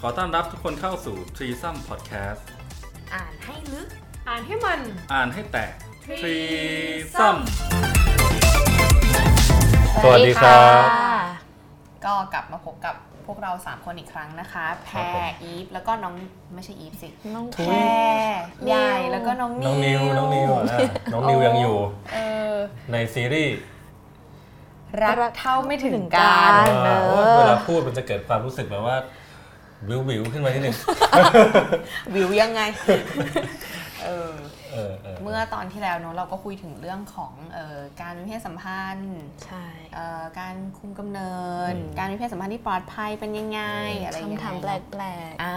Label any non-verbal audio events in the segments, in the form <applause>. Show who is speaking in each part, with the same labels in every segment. Speaker 1: ขอต้อนรับทุกคนเข้าสู่ t r e e s o m Podcast
Speaker 2: อ่านให้ลึก
Speaker 3: อ่านให้มัน
Speaker 1: อ่านให้แตก
Speaker 2: Threesome
Speaker 1: สวัสดีครับ
Speaker 3: ก็กลับมาพบกับพวกเรา 3 คนอีกครั้งนะคะ แพ
Speaker 1: ครับ
Speaker 3: ร
Speaker 1: ผม
Speaker 3: อีฟ แล้วก็น้องไม่ใช่อีฟสิ
Speaker 2: น้อง
Speaker 1: ทุ
Speaker 3: แพรยาย
Speaker 2: นิว
Speaker 3: แล้วก็น้องนิว
Speaker 1: น้องนิว น้องนิวอ่ะนะ
Speaker 3: <laughs>
Speaker 1: น้องนิวยังอยู่
Speaker 3: เออ
Speaker 1: ในซีรีส์
Speaker 3: รักเท่าไม่ถึงการ
Speaker 2: อ่า
Speaker 1: เออ
Speaker 2: เนอะ
Speaker 1: เพราะว่าเวลาพูดมันจะเกิดความรู้สึกแบบว่า วิววิวๆขึ้นมา
Speaker 3: <laughs>
Speaker 1: นิดนึง
Speaker 3: วิวยังไง <laughs> เออ
Speaker 1: เออเออ
Speaker 3: เมื่อตอนที่แล้วเนอะเราก็คุยถึงเรื่องของเอ่อการมีเพศสัมพันธ์
Speaker 2: ใช่
Speaker 3: เอ่อการคุมกำเนิด การมีเพศสัมพันธ์ที่ปลอดภัยเป็นยังไงอะไรยังไง
Speaker 2: คำถามแปลก
Speaker 3: อ่า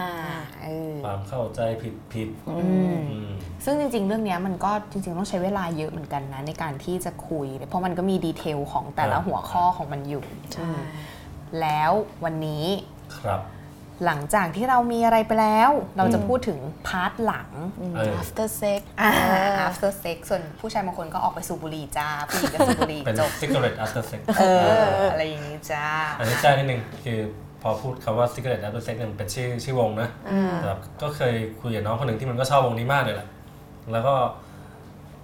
Speaker 3: เออ
Speaker 1: ความเข้าใจผิดผิดๆอืม
Speaker 3: ซึ่งจริงๆ เรื่องเนี้ยมันก็จริงๆ ต้องใช้เวลาเยอะเหมือนกันนะ ในการที่จะคุย เพราะมันก็มีดีเทลของแต่ละ
Speaker 1: ครับ
Speaker 3: หัวข้อของมันอยู่
Speaker 2: ๆ
Speaker 3: อื
Speaker 2: ใช่
Speaker 3: มแล้ววันนี้
Speaker 1: ครับ
Speaker 3: หลังจากที่เรามีอะไรไปแล้ว เราจะพูดถึงพาร์ทหลัง
Speaker 2: อืม
Speaker 1: เออ
Speaker 2: after sex
Speaker 3: อ่า
Speaker 2: เออ
Speaker 3: after sex ส่วนผู้ชายบางคนก็ออกไปสูบบุหรี่จ้าผู้หญิงก็สูบบุหรี่
Speaker 1: เป็น
Speaker 3: จบ
Speaker 1: cigarette after sex
Speaker 3: เอออะไรอย่างนี้จ้า
Speaker 1: อันนี้ใช่นิดนึงคือพอพูดคำว่า cigarette after sex เนี่ยมันเป็นชื่อชื่อวงนะ
Speaker 2: อ่า
Speaker 1: แต่ก็เคยคุยกับน้องคนหนึ่งที่มันก็ชอบวงนี้มากเลยแหละ แล้วก็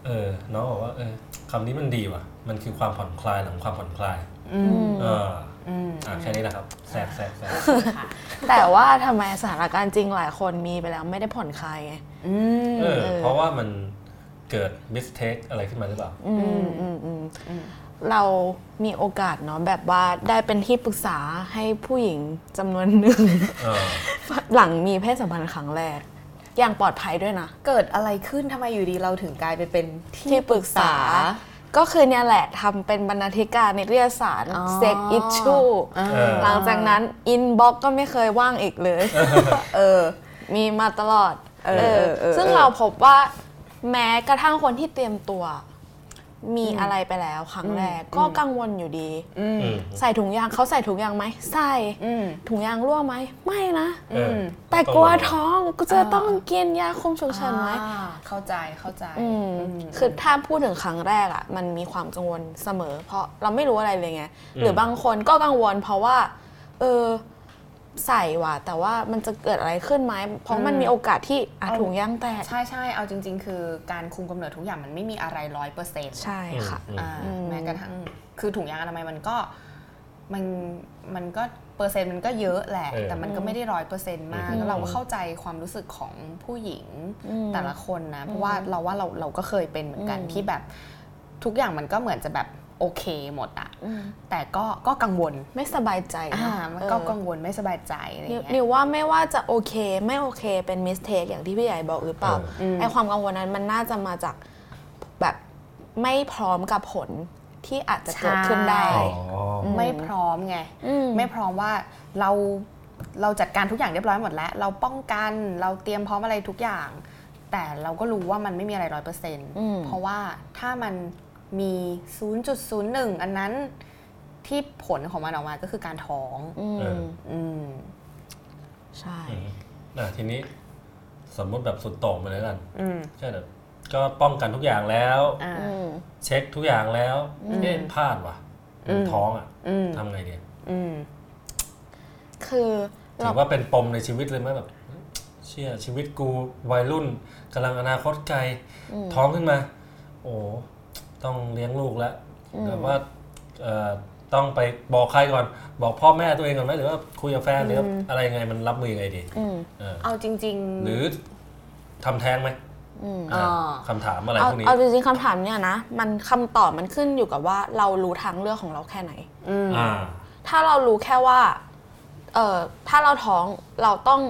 Speaker 1: เออ น้องบอกว่า เออคำนี้มันดีว่ะ มันคือความผ่อนคลายหลังความผ่อนคลาย
Speaker 3: อืม
Speaker 1: เออ
Speaker 3: อืม
Speaker 1: อ่ะแค่นี้แหละครับแสบแสบแสบ
Speaker 3: ค่ะ
Speaker 2: แต่ว่าทำไมสถานการณ์จริงหลายคนมีไปแล้วไม่ได้ผ่อนคลายไง
Speaker 3: อืม
Speaker 1: เออ
Speaker 2: เออ
Speaker 1: เพราะว่ามันเกิด mistake อะไรขึ้นมาหรือเปล่า
Speaker 2: อืมอืมอืมเรามีโอกาสเนาะแบบว่าได้เป็นที่ปรึกษาให้ผู้หญิงจำนวนหนึ่ง
Speaker 1: เออ
Speaker 2: หลังมีเพศสัมพันธ์ครั้งแรก อย่างปลอดภัยด้วยนะ
Speaker 3: เกิดอะไรขึ้นทำไมอยู่ดีเราถึงกลายไปเป็นที่
Speaker 2: ที่ปรึกษา ก็คือเนี่ยแหละทำเป็นบรรณาธิการในเรียสารเซ็กอิชชู
Speaker 3: อ่า
Speaker 1: เออ
Speaker 2: หลังจากนั้นอินบ็อกก็ไม่เคยว่างอีกเลย
Speaker 3: เออ
Speaker 2: มีมาตลอด
Speaker 3: เออ
Speaker 2: เออ
Speaker 3: เออ
Speaker 2: ซึ่ง
Speaker 3: เออ
Speaker 2: เราพบว่าแม้กระทั่งคนที่เตรียมตัว มีอะไรไปแล้วครั้งแรก ก็กังวลอยู่ดี
Speaker 3: อืม
Speaker 1: อืม
Speaker 2: ใส่ถุงยางเขาใส่ถุงยางไหมใส่
Speaker 3: อืม
Speaker 2: ถุงยางรั่วไหมไม่นะ
Speaker 1: เออ
Speaker 2: แต่กลัวท้องกูจะต้องกินยาคุมฉุกเฉินไหม
Speaker 3: อ่าเข้าใจเข้าใจ
Speaker 2: อืม
Speaker 3: อืม
Speaker 2: คือถ้าพูดถึงครั้งแรกอะ่ะ มันมีความกังวลเสมอ เพราะเราไม่รู้อะไรเลยไง หรือบางคนก็กังวล เพราะว่า เออใส่ว่ะ แต่ว่ามันจะเกิดอะไรขึ้นไหมเพราะมันมีโอกาสที่อะถุงย่างแตก
Speaker 3: ใช่ใช่เอาจริง ๆ คือการคุมกำเนิดทุกอย่างมันไม่มีอะไรร้อยเปอร์เซ็นต์
Speaker 2: ใช่
Speaker 1: อืม
Speaker 2: ค่ะ
Speaker 1: อืม
Speaker 3: อ่า
Speaker 2: อืม
Speaker 3: แม้กระทั่งคือถุงยางอนามัยมันก็มันมันก็เปอร์เซ็นต์มันก็เยอะแหละ
Speaker 1: เออ
Speaker 3: แต่มันก็ไม่ได้ร้อยเปอร์เซ็นต์มาก
Speaker 1: อืม
Speaker 3: แล้วเราก็เข้าใจความรู้สึกของผู้หญิงแต่ละคนนะ เพราะว่าเราว่าเราเราก็เคยเป็นเหมือนกันที่แบบทุกอย่างมันก็เหมือนจะแบบโอเคหมดอะ
Speaker 2: อืม
Speaker 3: แต่ก็ก็กังวล
Speaker 2: ไม่สบายใจ
Speaker 3: อ่า
Speaker 2: เนาะ
Speaker 3: มันก็
Speaker 2: เออ
Speaker 3: กังวลไม่สบายใจอะไรอย่าง
Speaker 2: นิว
Speaker 3: เงี้ย
Speaker 2: นิวว่าไม่ว่าจะโอเค ไม่โอเคเป็นมิสเทคอย่างที่พี่ใหญ่บอกหรือเปล่า
Speaker 1: เออ
Speaker 3: อืม
Speaker 2: ไอความกังวลนั้นมันน่าจะมาจากแบบไม่พร้อมกับผลที่อาจจะเกิดขึ้นได้
Speaker 1: อ๋อ
Speaker 3: ไม่พร้อมไง
Speaker 2: อืม
Speaker 3: ไม่พร้อมว่าเราเราจัดการทุกอย่างเรียบร้อยหมดแล้ว เราป้องกันเราเตรียมพร้อมอะไรทุกอย่าง แต่เราก็รู้ว่ามันไม่มีอะไรร้อยเปอร์เซ็นต์
Speaker 2: ม
Speaker 3: เพราะว่าถ้ามันมี 0.01 อันนั้นที่ผลของมันออกมาก็คือการท้อง
Speaker 2: อื
Speaker 1: เออ
Speaker 2: ม
Speaker 3: อืม
Speaker 2: ใช่
Speaker 1: อืมอ่ะทีนี้ สมมติแบบสุดโต่งไปเลยละกัน
Speaker 3: อืม
Speaker 1: ใช่แบบก็ป้องกันทุกอย่างแล้ว
Speaker 3: อ่า
Speaker 2: อืม
Speaker 1: เช็คทุกอย่างแล้วเอ๊ะพลาดว่ะ
Speaker 3: อืม
Speaker 1: ท้องอ่ะ
Speaker 3: อืม
Speaker 1: ทำไงดี
Speaker 3: อืม
Speaker 2: คือ
Speaker 1: ถื
Speaker 2: เรา
Speaker 1: อว่าเป็นปมในชีวิตเลยไหมแบบ เชี่ยชีวิตกูวัยรุ่นกำลังอนาคตไกล ท้องขึ้นมา โอ้ต้องเลี้ยงลูกแล้วหรือว่าเอ่อต้องไปบอกใครก่อน บอกพ่อแม่ตัวเองก่อนไหมหรือว่าคุยกับแฟนหรือว่าอะไรยังไงมันรับมือยังไงดี
Speaker 2: อืม
Speaker 1: เออ
Speaker 3: เอาจริง
Speaker 1: หรือทำแท้งไหม
Speaker 2: อืม
Speaker 1: อ่ะ
Speaker 3: อ่า
Speaker 1: คำถามอะไร
Speaker 2: เอา
Speaker 1: พวกนี้
Speaker 2: เอาจริงๆคำถามเนี่ยนะ มันคำตอบมันขึ้นอยู่กับว่าเรารู้ทางเลือกของเราแค่ไหน
Speaker 3: ๆอืม
Speaker 1: อ่า
Speaker 2: ถ้าเรารู้แค่ว่า เอ่อ ถ้าเราท้องเราต้อง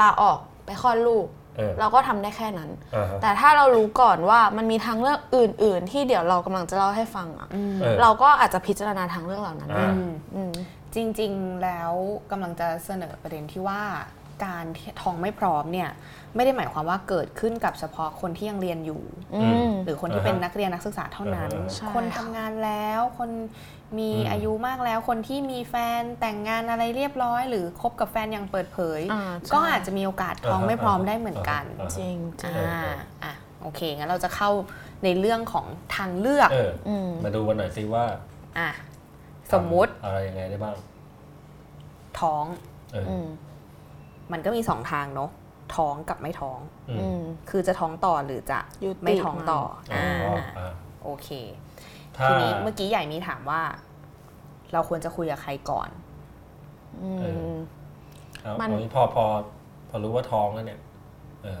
Speaker 2: ลาออกไปคลอดลูก
Speaker 1: เออ
Speaker 2: เราก็ทำได้แค่นั้น
Speaker 1: อ่าฮะ
Speaker 2: แต่ถ้าเรารู้ก่อนว่ามันมีทางเลือกอื่น ๆ ที่เดี๋ยวเรากำลังจะเล่าให้ฟังอะ
Speaker 1: ออ
Speaker 2: เราก็อาจจะพิจารณาทางเลือกเหล่านั้น
Speaker 1: อ่า
Speaker 3: อืม
Speaker 2: อืม
Speaker 3: จริงๆ แล้วกำลังจะเสนอประเด็นที่ว่าการที่ท้องไม่พร้อมเนี่ยไม่ได้หมายความว่าเกิดขึ้นกับเฉพาะคนที่ยังเรียนอยู่
Speaker 2: อืม
Speaker 3: หรือคนที่
Speaker 1: อ่าฮะ
Speaker 3: เป็นนักเรียนนักศึกษาเท่านั้น
Speaker 1: อ่าฮะ
Speaker 2: ใช่
Speaker 3: คนทำงานแล้วคนมี
Speaker 1: อืม
Speaker 3: อายุมากแล้ว คนที่มีแฟนแต่งงานอะไรเรียบร้อย หรือคบกับแฟนอย่างเปิดเผย
Speaker 2: อ่าใช่
Speaker 3: ก็อาจจะมีโอกาสท้องไม่พร้อมได้เหมือนกัน
Speaker 1: อ่า
Speaker 2: จ
Speaker 1: ฮะ
Speaker 2: ริงจริง
Speaker 1: อ่าฮะ
Speaker 3: อ่าอ่ะโอเคงั้นเราจะเข้าในเรื่องของทางเลือก
Speaker 1: เออ
Speaker 2: อืม
Speaker 1: มาดูกันหน่อยสิว่า
Speaker 3: อ่ะสมมุติ
Speaker 1: ทำอะไรยังไงได้บ้าง
Speaker 3: ท้อง
Speaker 1: เอออ
Speaker 2: อืม
Speaker 3: มันก็มีสองทางเนาะท้องกับไม่ท้อง
Speaker 1: อืม
Speaker 2: อืม
Speaker 3: คือจะท้องต่อหรือจะ
Speaker 2: ยุติ
Speaker 3: ไม่ท้องต่อ
Speaker 1: อ๋อ
Speaker 3: อ่า
Speaker 1: อ่ะ
Speaker 3: โอเค
Speaker 1: ถ้า
Speaker 3: ทีนี้เมื่อกี้ใหญ่มีถามว่า เราควรจะคุยกับใครก่อน
Speaker 2: อื
Speaker 1: เอ
Speaker 2: ม
Speaker 1: อ เอา
Speaker 2: มัน
Speaker 1: เอางี้พอพอพอรู้ว่าท้องแล้วเนี่ยเออ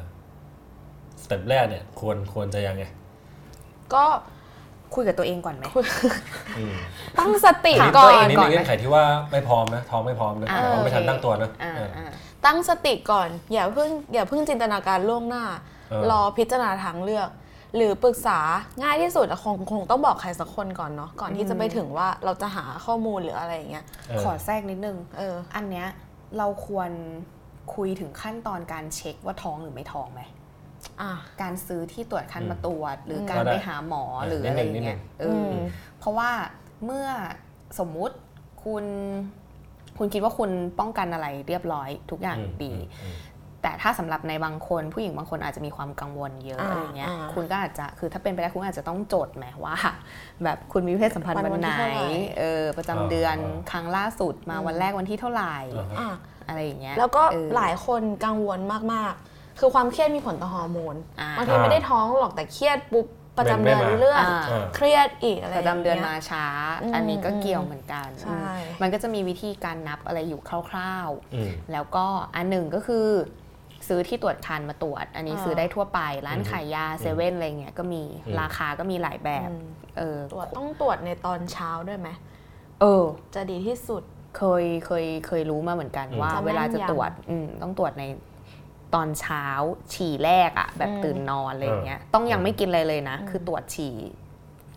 Speaker 1: สเต็ปแรกเนี่ย ควรควรจะยังไง
Speaker 2: ก็
Speaker 3: คุยกับตัวเองก่อนไหม
Speaker 1: อืม
Speaker 2: ตั้งสติ
Speaker 3: ถาม
Speaker 2: ก่อ
Speaker 3: ตัวเอน
Speaker 1: อัน
Speaker 3: ง
Speaker 1: นี้
Speaker 3: ก่
Speaker 1: ใน
Speaker 3: ไหม
Speaker 1: เงื่อนไขที่ว่าไม่พร้อมนะ ท้องไม่พร้อมนะ
Speaker 3: อ่า
Speaker 1: แต่ว่าไม่ทัน
Speaker 3: โอเค
Speaker 1: ตั้งตัวนะ
Speaker 3: อ่า
Speaker 1: เออ
Speaker 3: อ่า
Speaker 2: ตั้งสติก่อน อย่าเพิ่งอย่าเพิ่งจินตนาการล่วงหน้า
Speaker 1: เออ
Speaker 2: รอพิจารณาทางเลือก หรือปรึกษาง่ายที่สุดอะคงคงต้องบอกใครสักคนก่อนเนาะก่อนที่จะไปถึงว่าเราจะหาข้อมูลหรืออะไรอย่างเงี้ย
Speaker 1: เออ
Speaker 3: ขอแทรกนิดนึง
Speaker 2: เออ
Speaker 3: อันเนี้ยเราควรคุยถึงขั้นตอนการเช็คว่าท้องหรือไม่ท้องไหม
Speaker 2: อ่ะ
Speaker 3: การซื้อที่ตรวจคันมาตรวจ หรือ
Speaker 2: ม
Speaker 3: การไปหาหมอหรืออะไรอย่างเงี้ยเอออ
Speaker 2: ม
Speaker 3: เพราะว่าเมื่อสมมุติคุณคุณคิดว่าคุณป้องกันอะไรเรียบร้อยทุกอย่าง
Speaker 1: อืม
Speaker 3: ดี
Speaker 1: อืม
Speaker 3: แต่ถ้าสำหรับในบางคนผู้หญิงบางคนอาจจะมีความกังวลเยอะ
Speaker 2: อ่า
Speaker 3: อะไรเงี้ย
Speaker 2: อ่า
Speaker 3: คุณก็อาจจะคือถ้าเป็นไปได้คุณอาจจะต้องจดไหมว่า แบบคุณมีเพศสัมพันธ์
Speaker 2: วั
Speaker 3: วัน
Speaker 2: นวัน
Speaker 3: ไหน
Speaker 2: ที่เท่าไหร่
Speaker 3: เออประจำเดือน
Speaker 1: อ่า
Speaker 3: ครั้งล่าสุดมาวันแรกวันที่เท่าไหร่
Speaker 1: อ่าฮะ
Speaker 2: อ่ะ
Speaker 3: อะไรอย่างเงี้ย
Speaker 2: แล้วก็
Speaker 3: เออ
Speaker 2: หลายคนกังวลมากๆ คือความเครียดมีผลต่อฮอร์โมน
Speaker 3: อ่า
Speaker 2: บางทีไม่ได้ท้องหรอกแต่เครียดปุ๊บประจำ
Speaker 1: เบ่
Speaker 2: เดือง น
Speaker 1: ไม่มา
Speaker 2: เลื่อน
Speaker 3: อ่า
Speaker 1: เออ
Speaker 2: เครียดอีกอะไรอ
Speaker 3: ป
Speaker 2: ย่า
Speaker 3: ระ
Speaker 2: ง
Speaker 3: จำ
Speaker 2: เงี้ย
Speaker 3: เดือนมาช้า
Speaker 2: อืม
Speaker 3: อันนี้ก็เกี่ยวเหมือนกัน
Speaker 2: ใช่
Speaker 3: อืมมันก็จะมีวิธีการนับอะไรอยู่คร่าว
Speaker 1: อืม
Speaker 3: ๆ แล้วก็อันหนึ่งก็คือ ซื้อที่ตรวจคันมาตรวจ อันนี้ซื้อได้ทั่วไป ร้านขายยาเซเว่นอะไรเงี้ยก็มี
Speaker 1: อืม
Speaker 3: ราคาก็มีหลายแบบเออ
Speaker 2: ตรวจต้องตรวจในตอนเช้าด้วยไหม
Speaker 3: เออ
Speaker 2: จะดีที่สุด
Speaker 3: เคยเคยเคยรู้มาเหมือนกัน
Speaker 1: อืม
Speaker 3: ว่า
Speaker 2: จะแม่น
Speaker 3: เวลาจะตรวจอืมต้องตรวจในตอนเช้าฉี่แรกอะแบบ
Speaker 2: อืม
Speaker 3: ตื่นนอนอะไรอย่างเงี้ยต้องยังไม่กินอะไรเลยนะ คือตรวจฉี่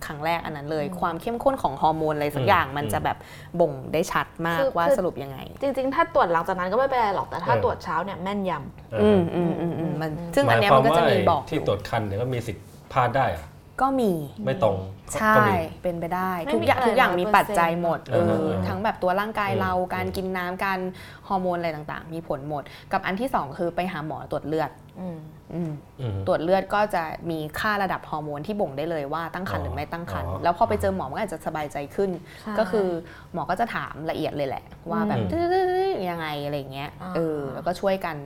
Speaker 3: ครั้งแรกอันนั้นเลย ความเข้มข้นของฮอร์โมนอะไรสัก
Speaker 1: อืม
Speaker 3: อย่างมัน
Speaker 1: อืม
Speaker 3: จะแบบบ่งได้ชัดมาก
Speaker 2: คือ
Speaker 3: ว่า
Speaker 2: คือ
Speaker 3: สรุปยังไง
Speaker 2: จริงๆ ถ้าตรวจหลังจากนั้นก็ไม่เป็นไรหรอกแต่ถ้า
Speaker 1: เออ
Speaker 2: ตรวจเช้าเนี่ยแม่นยำ
Speaker 1: อ่า
Speaker 3: อื
Speaker 1: ฮะ
Speaker 3: มอืมอืมอืมมันซึ่งอันเนี้ยมันก็จะมี
Speaker 1: หาย
Speaker 3: บ
Speaker 1: ควา
Speaker 3: อก
Speaker 1: ว่าที่ตรวจคันเนี่ยก็มีสิทธิ์พลาดได้เหรอะ
Speaker 3: ก็มี
Speaker 1: ไม่ตรงก็
Speaker 3: ใช่
Speaker 1: ก็มี
Speaker 3: เป็นไปได้
Speaker 2: ไม่
Speaker 3: ทุก
Speaker 2: มี
Speaker 3: อย่าง
Speaker 2: อะไร
Speaker 3: ทุกอย่างมี
Speaker 2: 100%
Speaker 3: ปัจจัยหมดเออ
Speaker 1: เออ
Speaker 3: ทั้งแบบตัวร่างกาย
Speaker 1: อืม
Speaker 3: เราการ
Speaker 1: อืม
Speaker 3: กินน้ำการฮอร์โมนอะไรต่างๆ มีผลหมด กับอันที่สองคือไปหาหมอตรวจเลือด อืม
Speaker 1: อืม
Speaker 3: ตรวจเลือดก็จะมีค่าระดับฮอร์โมนที่บ่งได้เลยว่าตั้งครรภ์หรือไม่ตั้งครรภ์
Speaker 1: อ๋อ
Speaker 3: แล้วพอไปเจอหมอมันก็อาจจะสบายใจขึ้น
Speaker 2: ใช่
Speaker 3: ก็คือหมอก็จะถามละเอียดเลยแหละ ว่าแบบ
Speaker 1: อืม
Speaker 3: ดื้อๆยังไงอะไรเงี้ย
Speaker 2: อ่า
Speaker 3: เออแล้วก็ช่วยกัน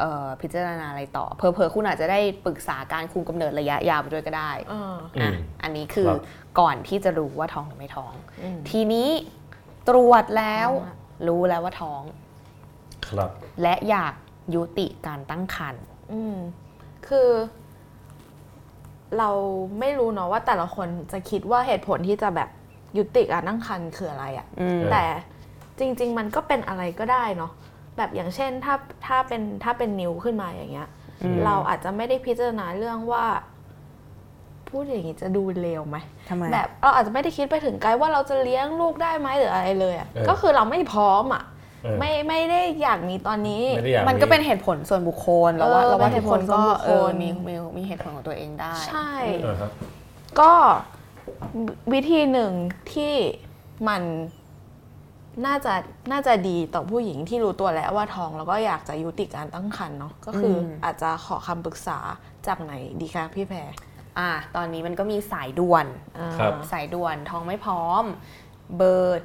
Speaker 3: เอ่อพิจารณาอะไรต่อ เพอเพอๆคุณอาจจะได้ปรึกษาการคุมกำเนิดระยะยาวไปด้วยก็ได้
Speaker 2: เออ
Speaker 1: อืม
Speaker 3: อันนี้คือ
Speaker 1: ครับ
Speaker 3: ก่อนที่จะรู้ว่าท้องหรือไม่ท้อง
Speaker 2: อืม
Speaker 3: ทีนี้ตรวจแล้ว
Speaker 2: ท้องอะ
Speaker 3: รู้แล้วว่าท้อง
Speaker 1: ครับ
Speaker 3: และอยากยุติการตั้งครรภ์
Speaker 2: อืมคือ เราไม่รู้เนาะว่าแต่ละคนจะคิดว่าเหตุผลที่จะแบบยุติการตั้งครรภ์คืออะไรอะ
Speaker 3: อืม
Speaker 2: แต่จริง ๆ มันก็เป็นอะไรก็ได้เนาะแบบอย่างเช่นถ้าถ้าเป็นถ้าเป็นนิ้วขึ้นมาอย่างเงี้ย
Speaker 1: อืม
Speaker 2: เราอาจจะไม่ได้พิจารณาเรื่องว่า พูดอย่างนี้จะดูเลวไหม
Speaker 3: ทำไม
Speaker 2: แบบเราอาจจะไม่ได้คิดไปถึงไกลว่าเราจะเลี้ยงลูกได้ไหมหรืออะไรเลยอะ
Speaker 1: เออ
Speaker 2: ก็คือเราไม่พร้อมอ่ะ
Speaker 1: เออ
Speaker 2: ไม่ไม่ได้อยากมีตอนนี้
Speaker 1: ไม่ได้อยาก
Speaker 3: มันก็เป็นเหตุผลส่วนบุคคลเราว่า
Speaker 2: เออ
Speaker 3: เราว่า
Speaker 2: เป็น
Speaker 3: ทุก
Speaker 2: เหตุ
Speaker 3: คน
Speaker 2: ผล
Speaker 3: ก็
Speaker 2: ส่วนบุคคล
Speaker 3: เออมีมีมีเหตุผลของตัวเองได้
Speaker 2: ใช่
Speaker 1: อ่าฮะ
Speaker 2: ก็วิธีหนึ่งที่มันน่าจะน่าจะดีต่อผู้หญิงที่รู้ตัวแล้วว่าท้องแล้วก็อยากจะยุติการตั้งครรภ์เนาะก็คือออาจจะขอคำปรึกษาจากไหนดีคะพี่แพร
Speaker 3: อ่า ตอนนี้มันก็มีสายด่วน
Speaker 2: อ่า
Speaker 1: ครับ
Speaker 3: สายด่วนท้องไม่พร้อม เบอร์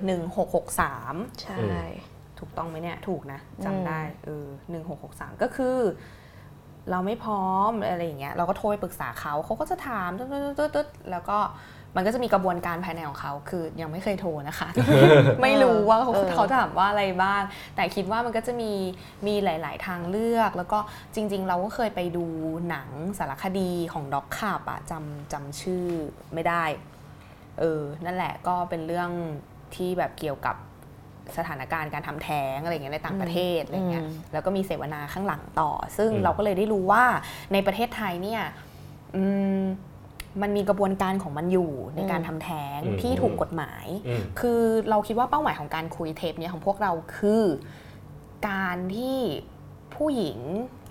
Speaker 3: 1663
Speaker 2: ใช่
Speaker 1: อื
Speaker 3: ถูกต้องไหมเนี่ย ถูกนะ
Speaker 2: อืม
Speaker 3: จำได้เออ1663 ก็คือ เราไม่พร้อมอะไรอย่างเงี้ยเราก็โทรไปปรึกษาเขาเขาก็จะถามตึ๊ดตึ๊ดตึ๊ดตึ๊ดแล้วก็มันก็จะมีกระบวนการภายในของเขา คือยังไม่เคยโทรนะคะ <laughs> ไม่รู้ว่าเขา
Speaker 2: เออ
Speaker 3: เขาถามว่าอะไรบ้าง แต่คิดว่ามันก็จะมีมีหลาย ๆ ทางเลือก แล้วก็จริง ๆ เราก็เคยไปดูหนังสารคดีของด็อกขับอะจำจำชื่อไม่ได้ เออ นั่นแหละก็เป็นเรื่องที่แบบเกี่ยวกับสถานการณ์การทำแท้งอะไรอย่างเงี้ยในต่างประเทศอะไรเงี้ย
Speaker 2: อืม
Speaker 3: แล้วก็มีเสวนาข้างหลังต่อ ซึ่ง
Speaker 1: อืม
Speaker 3: เราก็เลยได้รู้ว่าในประเทศไทยเนี่ยอืมมันมีกระบวนการของมันอยู่ในการทำแท้งที่ถูกกฎหมาย
Speaker 1: อืม
Speaker 3: คือเราคิดว่าเป้าหมายของการคุยเทปเนี้ยของพวกเราคือ การที่ผู้หญิง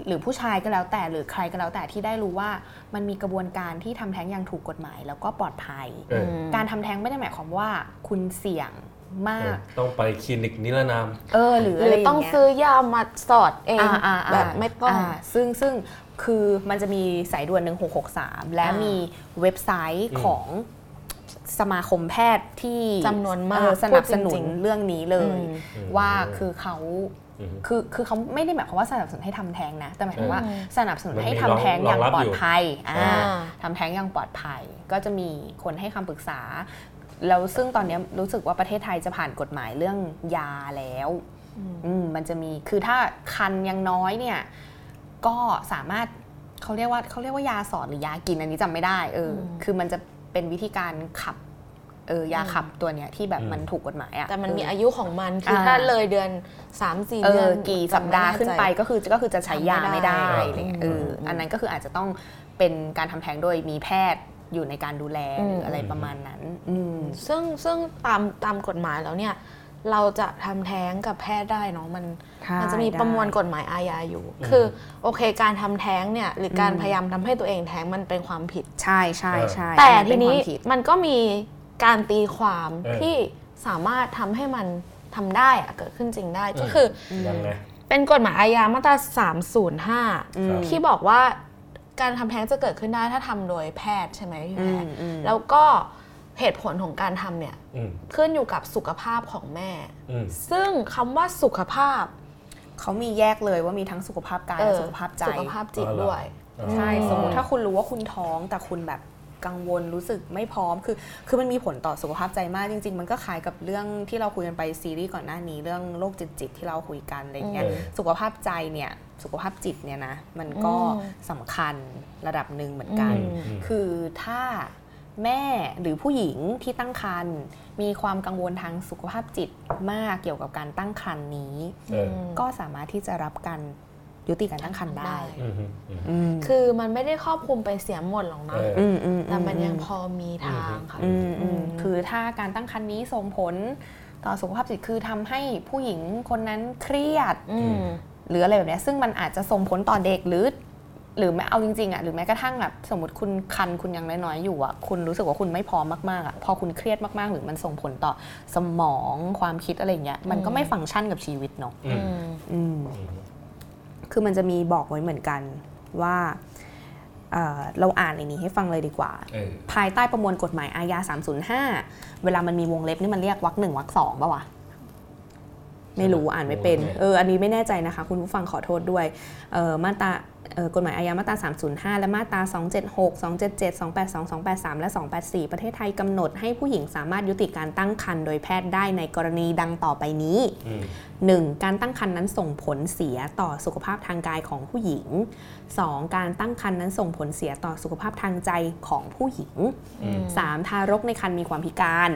Speaker 3: หรือผู้ชายก็แล้วแต่หรือใครก็แล้วแต่ที่ได้รู้ว่ามันมีกระบวนการที่ทำแท้งอย่างถูกกฎหมาย แล้วก็ปลอดภัย
Speaker 1: เออ
Speaker 3: การทำแท้งไม่ได้หมายความว่าคุณเสี่ยงมา
Speaker 1: เออก ต้องไปคลินิกนิรนาม
Speaker 3: เออหรือ
Speaker 2: ห
Speaker 3: อะ
Speaker 2: รื
Speaker 3: ไร
Speaker 2: อ
Speaker 3: อย่าง
Speaker 2: ต้อง
Speaker 3: เงี้ย
Speaker 2: ซื้อยามาสอดเอง
Speaker 3: อ่าอ่าอ่า
Speaker 2: แบบไม่ต้อง
Speaker 3: าซึ่งซึ่งคือมันจะมีสายด่วน 1663 และ
Speaker 2: อ่า
Speaker 3: มี
Speaker 2: มี
Speaker 3: เว็บไซต์
Speaker 1: อืม
Speaker 3: ของสมาคมแพทย์ที่
Speaker 2: จำนวนมาก
Speaker 3: เออสนับสนุ
Speaker 2: พูดจริ
Speaker 3: น
Speaker 2: งๆ
Speaker 3: เรื่องนี้เลย
Speaker 2: อืม
Speaker 3: ว่าคือเขา
Speaker 1: อือฮึ
Speaker 3: คือคือเขาไม่ได้หมายความว่าสนับสนุนให้ทำแท้งนะ แต่หมายถึงว่า
Speaker 2: เออ
Speaker 3: สนับสนุน
Speaker 1: มันมี
Speaker 3: ให้ทำแท้งอย่าง
Speaker 1: รองรับ
Speaker 3: ปลอ
Speaker 1: อยู่
Speaker 3: ดภัยอ่า
Speaker 1: อ่
Speaker 2: า
Speaker 3: ทำแท้งอย่างปลอดภัย ก็จะมีคนให้คำปรึกษา แล้วซึ่งตอนเนี้ยรู้สึกว่าประเทศไทยจะผ่านกฎหมายเรื่องยาแล้วอืมมันจะมีคือถ้าคันยังน้อยเนี่ย ก็สามารถเขาเรียกว่าเขาเรียกว่ายาสอดหรือยากินอันนี้จำไม่ได้เอออ
Speaker 2: ม
Speaker 3: คือมันจะเป็นวิธีการขับเออยา
Speaker 2: อืม
Speaker 3: ขับตัวเนี้ยที่แบบ
Speaker 1: อืม
Speaker 3: มันถูกกฎหมายอะ
Speaker 2: แต่มันมีอายุของมัน คืออา ถ้าเลยเดือน 3 4
Speaker 3: เอ
Speaker 2: เดือ
Speaker 3: อน กี่
Speaker 2: จำ
Speaker 3: สัป
Speaker 2: ม่
Speaker 3: ดาห์
Speaker 2: แน่
Speaker 3: ขึ้น
Speaker 2: ใจ
Speaker 3: ไปก็คือก็คือจะใช้ยาไม่ได้
Speaker 1: ทำไม่ได้
Speaker 3: อะไรเงี้ยเอออ
Speaker 2: ม
Speaker 3: อันนั้นก็คืออาจจะต้องเป็นการทำแท้งโดยมีแพทย์อยู่ในการดูแล
Speaker 2: อืม
Speaker 3: หรืออะไรประมาณนั้น อืม
Speaker 2: ซึ่งซึ่งตามตามกฎหมายแล้วเนี่ย เราจะทำแท้งกับแพทย์ได้เนาะมัน มันจะมีประมวลกฎหมายอาญาอยู่
Speaker 1: อืม
Speaker 2: คือโอเคการทำแท้งเนี่ย หรือการพยายามทำให้ตัวเองแท้งมันเป็นความผิด
Speaker 3: ใช่ใช่ใช่
Speaker 2: แต่
Speaker 3: อั
Speaker 2: ที
Speaker 3: เป็
Speaker 2: นี้
Speaker 3: ความผิด
Speaker 2: มันก็มีการตีความ
Speaker 1: เออ
Speaker 2: ที่สามารถทำให้มันทำได้อะเกิดขึ้นจริงได้
Speaker 1: เ
Speaker 2: ก็คือ
Speaker 1: ยังไง
Speaker 2: เป็นกฎหมายอาญามาตรา
Speaker 3: อืม
Speaker 2: 305 ที่บอกว่าการทำแท้งจะเกิดขึ้นได้ถ้าทำโดยแพทย์ใช่ไหมพี่
Speaker 3: อื
Speaker 2: แพ
Speaker 3: ม
Speaker 2: ทย์
Speaker 3: อืม
Speaker 2: แล้วก็เหตุผลของการทำเนี่ย
Speaker 1: อืม
Speaker 2: ขึ้นอยู่กับสุขภาพของแม่
Speaker 1: อืม
Speaker 2: ซึ่งคำว่าสุขภาพ
Speaker 3: เขามีแยกเลยว่ามีทั้งสุขภาพกาย
Speaker 2: เอ
Speaker 3: และ
Speaker 2: อ
Speaker 3: สุขภาพใจ
Speaker 2: สุขภาพจิตด้วย
Speaker 1: อ๋อ
Speaker 3: ใช่
Speaker 2: อืม
Speaker 3: สมมติถ้าคุณรู้ว่าคุณท้องแต่คุณแบบกังวลรู้สึกไม่พร้อม คือคือมันมีผลต่อสุขภาพใจมากจริง ๆ มันก็คล้ายกับเรื่องที่เราคุยกันไปซีรีส์ก่อนหน้านี้เรื่องโรคจิตจิตๆที่เราคุยกันอะไรอย่างเงี้ย
Speaker 1: อืม
Speaker 3: สุขภาพใจเนี่ยสุขภาพจิตเนี่ยนะมันก็
Speaker 2: อืม
Speaker 3: สำคัญระดับหนึ่งเหมือนกัน
Speaker 1: อื
Speaker 2: ม
Speaker 1: มอืม
Speaker 3: คือถ้าแม่หรือผู้หญิงที่ตั้งครรภ์มีความกังวลทางสุขภาพจิตมากเกี่ยวกับการตั้งครรภ์นี้
Speaker 1: เออ
Speaker 2: ม
Speaker 3: ก็สามารถที่จะรับการยุติการตั้งครรภ์ได้
Speaker 2: ได้
Speaker 1: อืมอืมอืม
Speaker 3: อืม
Speaker 2: คือมันไม่ได้ครอบคลุมไปเสียหมดหรอกนะ
Speaker 1: เออ
Speaker 3: อืมอืม
Speaker 2: แต่มันยัง
Speaker 3: อื
Speaker 2: พอมีทางค่ะ
Speaker 3: อืมอื
Speaker 2: อื
Speaker 3: ม
Speaker 2: ม
Speaker 3: คือถ้าการตั้งครรภ์นี้ส่งผลต่อสุขภาพจิตคือทำให้ผู้หญิงคนนั้นเครียด
Speaker 2: อืม
Speaker 3: หรืออะไรแบบเนี้ยซึ่งมันอาจจะส่งผลต่อเด็กหรือ หรือแม้เอาจริงๆอ่ะหรือแม้กระทั่งแบบสมมติคุณคันคุณยังน้อยๆอยู่อ่ะคุณรู้สึกว่าคุณไม่พร้อมมากๆอ่ะพอคุณเครียดมากๆ หรือมันส่งผลต่อสมองความคิดอะไรอย่างเงี้ยมันก็
Speaker 2: อืม
Speaker 3: ไม่ฟังก์ชันกับชีวิตเนาะ
Speaker 1: อืม
Speaker 2: อืม
Speaker 3: อืมคือมันจะมีบอกไว้เหมือนกันว่าเอ่อเราอ่านในนี้ให้ฟังเลยดีกว่า
Speaker 1: เออ
Speaker 3: ภายใต้ประมวลกฎหมายอาญา 305 เวลามันมีวงเล็บนี่มันเรียกวรรคหนึ่งวรรคสองปะวะ ไม่รู้อ่านไม่เป็น
Speaker 1: วงเล็บ
Speaker 3: เออ อันนี้ไม่แน่ใจนะคะ คุณผู้ฟังขอโทษด้วย เออมาตราเอ่อกฎหมายอาญามาตรา 305 และมาตรา 276 277 282 283 และ 284 ประเทศไทยกำหนดให้ผู้หญิงสามารถยุติการตั้งครรภ์โดยแพทย์ได้ในกรณีดังต่อไปนี้
Speaker 1: อืม
Speaker 3: 1. การตั้งครรภ์นั้นส่งผลเสียต่อสุขภาพทางกายของผู้หญิง 2. การตั้งครรภ์นั้นส่งผลเสียต่อสุขภาพทางใจของผู้หญิง
Speaker 1: อืม
Speaker 3: 3. ทารกในครรภ์มีความพิการ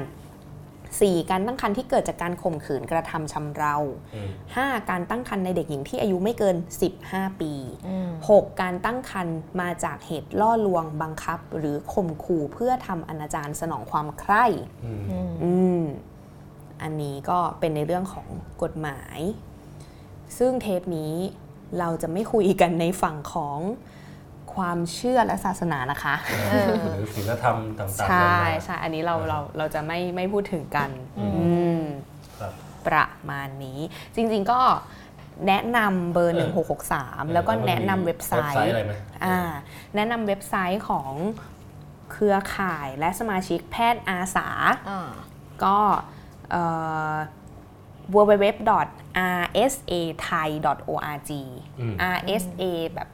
Speaker 3: 4. การตั้งครรภ์ที่เกิดจากการข่มขืนกระทำชำเรา
Speaker 1: อืม
Speaker 3: 5. การตั้งครรภ์ในเด็กหญิงที่อายุไม่เกิน 15 ปี
Speaker 2: อืม
Speaker 3: 6. การตั้งครรภ์มาจากเหตุล่อลวงบังคับ หรือข่มขู่เพื่อทำอนาจารสนองความใคร่
Speaker 1: อืม
Speaker 2: อืม
Speaker 3: อืม อันนี้ก็เป็นในเรื่องของกฎหมาย ซึ่งเทปนี้เราจะไม่คุยกันในฝั่งของความเชื่อและศาสนานะคะ
Speaker 2: เออ
Speaker 1: หรือศีลธรรมต่างๆ
Speaker 3: ใช่
Speaker 1: นานา
Speaker 3: ใช่อันนี้เรา
Speaker 1: อ่า
Speaker 3: เราเราจะไม่ไม่พูดถึงกัน
Speaker 1: อืม
Speaker 3: อืม
Speaker 1: ครับ
Speaker 3: ประมาณนี้ จริงๆก็แนะนำเบอร์
Speaker 1: เออ
Speaker 3: 1663 แล้วก็แนะนำเว็บไซ
Speaker 1: เว็บไซต์
Speaker 3: ต์
Speaker 1: อะไรไหม
Speaker 3: อ่าแนะนำเว็บไซต์ของเครือข่ายและสมาชิกแพทย์อาสา
Speaker 2: อ่า
Speaker 3: ก็เอ่อ www.rsathai.org
Speaker 1: อืม
Speaker 3: rsa แบบ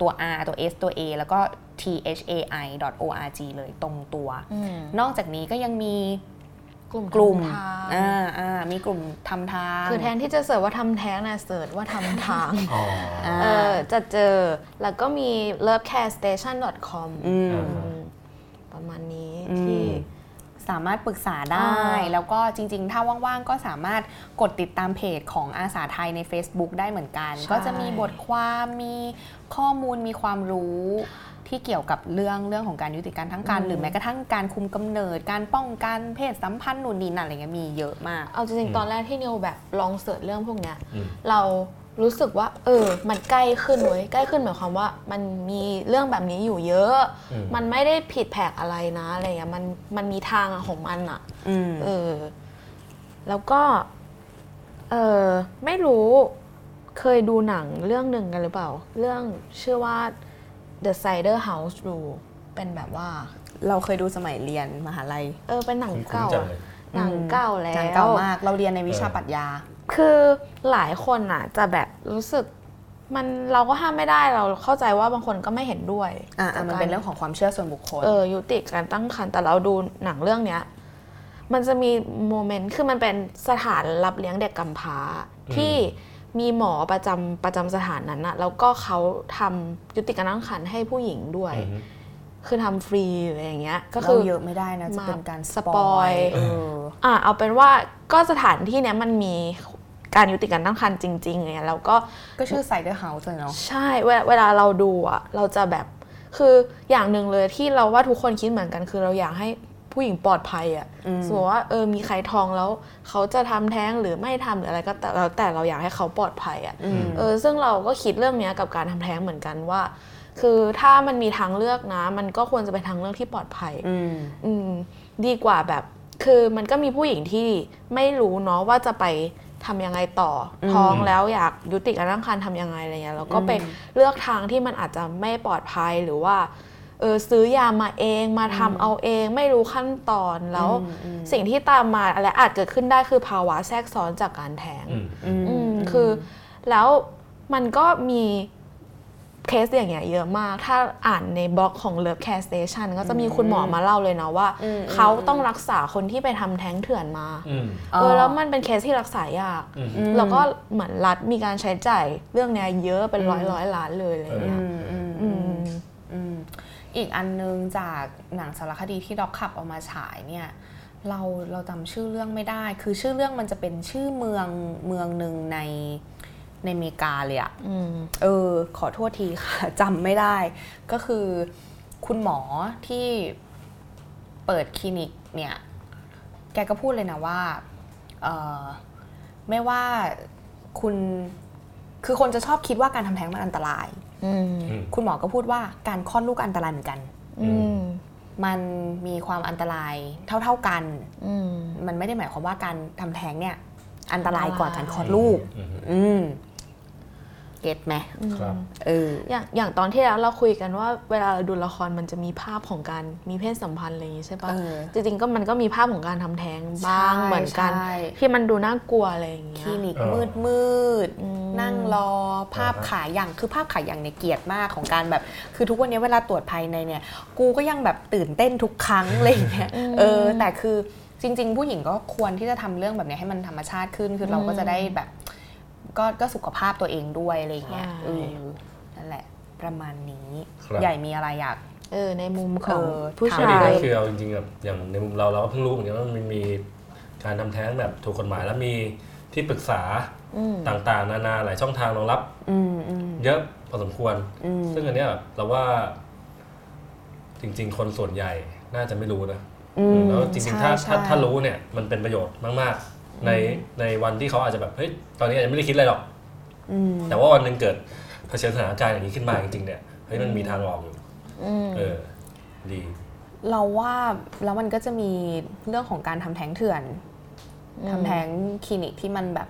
Speaker 3: ตัว r ตัว s ตัว a แล้วก็ thai.org เลยตรงตัว
Speaker 2: อืม
Speaker 3: นอกจากนี้ก็ยังมี
Speaker 2: กลุ่ม
Speaker 3: กลุ่ม
Speaker 2: ทาง
Speaker 3: อ่าอ่ามีกลุ่มทำทาง
Speaker 2: คือแทนที่จะเสิร์ชว่าทำแท้งนะเสิร์ชว่าทำทาง
Speaker 1: อ๋ออ่า
Speaker 2: เออ จะเจอ แล้วก็มี lovecarestation.com
Speaker 3: อืม
Speaker 2: อืมประมาณนี้
Speaker 3: อืม
Speaker 2: ที่
Speaker 3: สามารถปรึกษาได้
Speaker 2: อ่า
Speaker 3: แล้วก็จริงๆ ถ้าว่างๆ ก็สามารถกดติดตามเพจของอาสาไทยใน Facebook ได้เหมือนกัน ก็จะมีบทความมีข้อมูลมีความรู้ที่เกี่ยวกับเรื่องเรื่องของการยุติการทั้งการ หรือแม้กระทั่งการคุมกำเนิด การป้องกันเพศสัมพันธ์นู่นนี่นั่นอะไรเงี้ยมีเยอะมาก
Speaker 2: เอาจริง
Speaker 1: อืม
Speaker 2: ๆ ตอนแรกที่นิวแบบลองเสิร์ชเรื่องพวกเนี้ย
Speaker 1: อืม
Speaker 2: เรารู้สึกว่า เออ มันใกล้ขึ้นเว้ย ใกล้ขึ้นหมายความว่า มันมีเรื่องแบบนี้อยู่เยอะ
Speaker 1: อืม
Speaker 2: มันไม่ได้ผิดแผกอะไรนะอะไรอย่างเงี้ยมันมันมีทางของมันอะ
Speaker 3: อืม
Speaker 2: เออ แล้วก็ เออไม่รู้เคยดูหนังเรื่องหนึ่งกันหรือเปล่า เรื่องชื่อว่า The Cider House Rule เป็นแบบว่า
Speaker 3: เราเคยดูสมัยเรียนมหาลัย
Speaker 2: เออ เป็นหนัง
Speaker 1: คุ้น
Speaker 2: เก่า
Speaker 1: ๆจังเลย
Speaker 2: หนังเก่าแล้ว
Speaker 3: หนังเก่ามากเราเรียนในวิชาปรัชญา
Speaker 2: คือหลายคนอ่ะ จะแบบรู้สึกมันเราก็ห้ามไม่ได้เราเข้าใจว่าบางคนก็ไม่เห็นด้วย
Speaker 3: อ่ะ
Speaker 2: กั
Speaker 3: อ่ะ
Speaker 2: บ
Speaker 3: มัน
Speaker 2: การ
Speaker 3: เป็นเรื่องของความเชื่อส่วนบุคคล
Speaker 2: เออยุติการตั้งครรภ์แต่เราดูหนังเรื่องเนี้ย มันจะมีโมเมนต์คือมันเป็นสถานรับเลี้ยงเด็กกำพร้า
Speaker 1: อืม
Speaker 2: ที่มีหมอประจำประจำสถานนั้นอะแล้วก็เขาทำยุติการตั้งครรภ์ให้ผู้หญิงด้วย
Speaker 1: อือฮึ
Speaker 2: คือทำฟรีอะไรอย่างเงี้ย ก็
Speaker 3: ก็คื
Speaker 2: คือ อ
Speaker 3: เยอะไม่ได้นะ จะเป็นการสป
Speaker 2: สป
Speaker 3: อ
Speaker 2: อย ย
Speaker 3: เออ
Speaker 2: อ่ะเอาเป็นว่าก็สถานที่เนี้ยมันมีการยุติการตั้งครรภ์จริงๆเนี่ยแล้วก็
Speaker 3: ก็ชื่อไซเดอร์เฮาส์เนาะ
Speaker 2: ใช่เวลาเวลาเราดูอะเราจะแบบคืออย่างหนึ่งเลยที่เราว่าทุกคนคิดเหมือนกัน คือเราอยากให้ผู้หญิงปลอดภัยอะ
Speaker 3: อืม
Speaker 2: สมมติว่าเออมีใครท้องแล้วเขาจะทำแท้งหรือไม่ทำหรืออะไรก็แต่แล้วแต่เราอยากให้เขาปลอดภัยอะ
Speaker 3: อืม
Speaker 2: เออซึ่งเราก็คิดเรื่องเนี้ยกับการทำแท้งเหมือนกันว่า คือถ้ามันมีทางเลือกนะ มันก็ควรจะเป็นทางเลือกที่ปลอดภัย
Speaker 3: อืม
Speaker 2: อืมดีกว่าแบบคือมันก็มีผู้หญิงที่ไม่รู้เนาะว่าจะไปทำยังไงต่ออ
Speaker 3: ม
Speaker 2: ท้องแล้วอยากยุติการตั้งครรภ์ทำยังไงอะไรเงี้ยแล้วก็ไป
Speaker 3: อืม
Speaker 2: เลือกทางที่มันอาจจะไม่ปลอดภัยหรือว่าเออซื้อยามาเองมาทำเอาเองไม่รู้ขั้นตอนแล้ว
Speaker 3: อืมอืม
Speaker 2: สิ่งที่ตามมาและอาจเกิดขึ้นได้คือภาวะแทรกซ้อนจากการแท้ง
Speaker 1: อืม
Speaker 3: อืม
Speaker 2: อืมคือแล้วมันก็มีเคสอย่างเงี้ยเยอะมาก ถ้าอ่านในบล็อกของ Love Care Station ก็จะมีคุณหมอมาเล่าเลยนะว่า
Speaker 3: อืม
Speaker 2: เขาต้องรักษาคนที่ไปทำแท้งเถื่อนมา
Speaker 1: อืม
Speaker 2: เออแล้วมันเป็นเคสที่รักษายาก
Speaker 1: อืม
Speaker 2: แล้วก็เหมือนรัฐมีการใช้จ่ายเรื่องเนี้ยเยอะเป็นร้อยร้อยๆล้านเลยอะไรเงี้ย
Speaker 3: อืมอืม
Speaker 2: อื
Speaker 3: อืม
Speaker 2: ม
Speaker 3: อืมอีกอันนึงจากหนังสารคดีที่ด็อกขับเอามาฉายเนี่ยเราเราจำชื่อเรื่องไม่ได้ คือชื่อเรื่องมันจะเป็นชื่อเมืองเมืองหนึ่งในในอเมริกาเลยอะ
Speaker 2: อืม
Speaker 3: เออ ขอโทษทีค่ะ <laughs> จำไม่ได้ ก็คือคุณหมอที่เปิดคลินิกเนี่ย แกก็พูดเลยนะว่าเออไม่ว่าคุณคือคนจะชอบคิดว่าการทำแท้งมันอันตราย
Speaker 2: อืม
Speaker 1: อืม
Speaker 3: คุณหมอก็พูดว่าการคลอดลูกก็อันตรายเหมือนกัน
Speaker 2: อืม
Speaker 3: มันมีความอันตรายเท่า ๆกัน
Speaker 2: อืม
Speaker 3: มันไม่ได้หมายความว่าการทำแท้งเนี่ย อันตรายกว่าการคลอด
Speaker 2: อันตราย
Speaker 3: ลูก
Speaker 1: อืม
Speaker 3: อืม เก็ตไหม
Speaker 1: ครับ
Speaker 3: เออ
Speaker 2: อย่างอย่างตอนที่แล้วเราคุยกันว่าเวลาเราดูละครมันจะมีภาพของการมีเพศสัมพันธ์อะไรอย่างงี้ใช่ปะ
Speaker 3: เออ
Speaker 2: จริงๆก็มันก็มีภาพของการทำแท้งบ้าง
Speaker 3: ใช่
Speaker 2: เหมือนกัน
Speaker 3: ใช่
Speaker 2: ที่มันดูน่ากลัวอะไรอย่างเงี้
Speaker 3: ค
Speaker 2: ย
Speaker 3: ลินิก
Speaker 1: เออ
Speaker 3: มืดมืดๆ
Speaker 2: อืม
Speaker 3: นั่งรอภาพขายอย่างคือภาพขายอย่างในยเกลียรติมากของการแบบ คือทุกวันนี้เวลาตรวจภายในเนี่ย กูก็ยังแบบตื่นเต้นทุกครั้งอะไรอย่างเงี้ยเออ แต่คือจริง ๆ ผู้หญิงก็ควรที่จะทำเรื่องแบบเนี้ยให้มันธรรมชาติขึ้น คือเราก็จะได้แบบ ก็ก็สุขภาพตัวเองด้วยอะไรอย่างเงี้ย
Speaker 2: ใช่
Speaker 3: เออนั่นแหละ ประมาณนี้
Speaker 1: ครับ
Speaker 3: ใหญ่มีอะไรอยาก
Speaker 2: เออในมุมของ
Speaker 3: เออ
Speaker 2: ผู้
Speaker 1: ก็
Speaker 2: ชา
Speaker 1: ดี
Speaker 2: ย
Speaker 1: นะคือเอาจริงๆแบบอย่างในมุมเราเราก็เพิ่งรู้เหมือนกันว่ามันมีการทำแท้งแบบถูกกฎหมายแล้วมีที่ปรึกษา
Speaker 2: อืม
Speaker 1: ต่างๆ นานาหลายช่องทางรองรับ
Speaker 3: อืมอืม
Speaker 1: เยอะพอสมควร
Speaker 3: อืม
Speaker 1: ซึ่งอันเนี้ยแบบเราว่า จริง ๆ คนส่วนใหญ่น่าจะไม่รู้นะ
Speaker 3: อืม
Speaker 1: แล้วจริงๆ ถ้า
Speaker 3: ใช่
Speaker 1: ถ้า
Speaker 3: ใช่
Speaker 1: ถ้ารู้เนี่ย มันเป็นประโยชน์มากๆ ในในวันที่เขาอาจจะแบบเฮ้ยตอนนี้อาจจะไม่ได้คิดอะไรหรอก
Speaker 3: อืม
Speaker 1: แต่ว่าวันหนึ่งเกิดเผชิญสถานการณ์อย่างนี้ขึ้นมาจริงๆเนี่ยเฮ้ยมันมีทางออกอยู่
Speaker 2: อืม
Speaker 1: เออ ดี
Speaker 3: เราว่าแล้วมันก็จะมีเรื่องของการทำแท้งเถื่อนทำแท้งคลินิกที่มันแบบ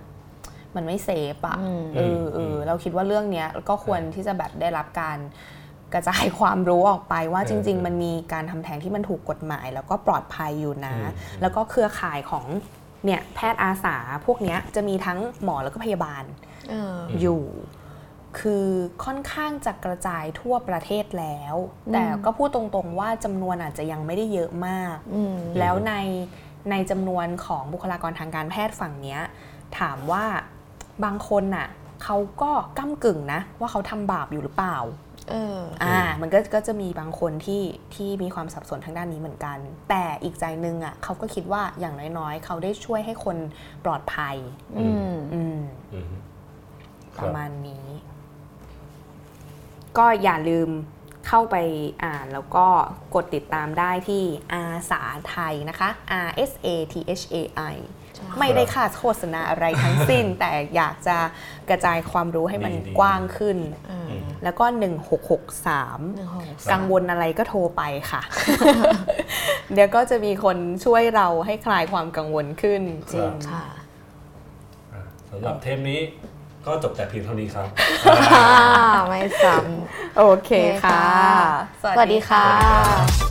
Speaker 3: มันไม่เซฟอะเออเออเราคิดว่าเรื่องเนี้ยก็ควรที่จะแบบได้รับการกระจายความรู้ออกไปว่า
Speaker 1: เออ
Speaker 3: จริง
Speaker 1: เออ
Speaker 3: ๆ มันมีการทำแท้งที่มันถูกกฎหมาย แล้วก็ปลอดภัยอยู่นะ
Speaker 1: อืม
Speaker 3: แล้วก็เครือข่ายของเนี่ยแพทย์อาสาพวกเนี้ยจะมีทั้งหมอแล้วก็พยาบาล
Speaker 2: เออ
Speaker 3: อยู่ คือค่อนข้างจะกระจายทั่วประเทศแล้ว แต่ก็พูดตรงๆว่าจำนวนอาจจะยังไม่ได้เยอะมาก
Speaker 2: อืม
Speaker 3: แล้วในในจำนวนของบุคลากรทางการแพทย์ฝั่งเนี้ย ถามว่าบางคนน่ะเขาก็ก้ากึ่งนะ ว่าเขาทำบาปอยู่หรือเปล่า
Speaker 2: เออ
Speaker 3: อ่ามันก็ก็จะมีบางคนที่ที่มีความสับสนทางด้านนี้เหมือนกัน แต่อีกใจหนึงอ่ะเขาก็คิดว่าอย่างน้อยๆ เขาได้ช่วยให้คนปลอดภัย
Speaker 2: อืม
Speaker 3: อืม
Speaker 1: อืม ค
Speaker 3: ป
Speaker 1: รับ
Speaker 3: ระมาณนี้ ก็อย่าลืมเข้าไปอ่านแล้วก็กดติดตามได้ที่อาสาไทยนะคะ R S A T H A I
Speaker 2: ใช่
Speaker 3: ไม่ได้ค่าโฆษณาอะไรทั้งสิ้น แต่อยากจะกระจายความรู้ให้มัน
Speaker 1: ดีๆ
Speaker 3: กว้างขึ้น
Speaker 2: อ่า
Speaker 3: แล้วก็ 1663
Speaker 2: หนึ่งหก
Speaker 3: กังวลอะไรก็โทรไปค่ะ <laughs> เดี๋ยวก็จะมีคนช่วยเราให้คลายความกังวลขึ้น จริง
Speaker 2: ค่ะ
Speaker 1: อ่ะสำหรับเทปนี้ก็จบแต่เพียงเท่านี้ครับ
Speaker 2: ค่ะ ไม่ซ้
Speaker 3: โอเค
Speaker 2: ำ
Speaker 3: ค่ะ
Speaker 2: สวัสดีค่ะ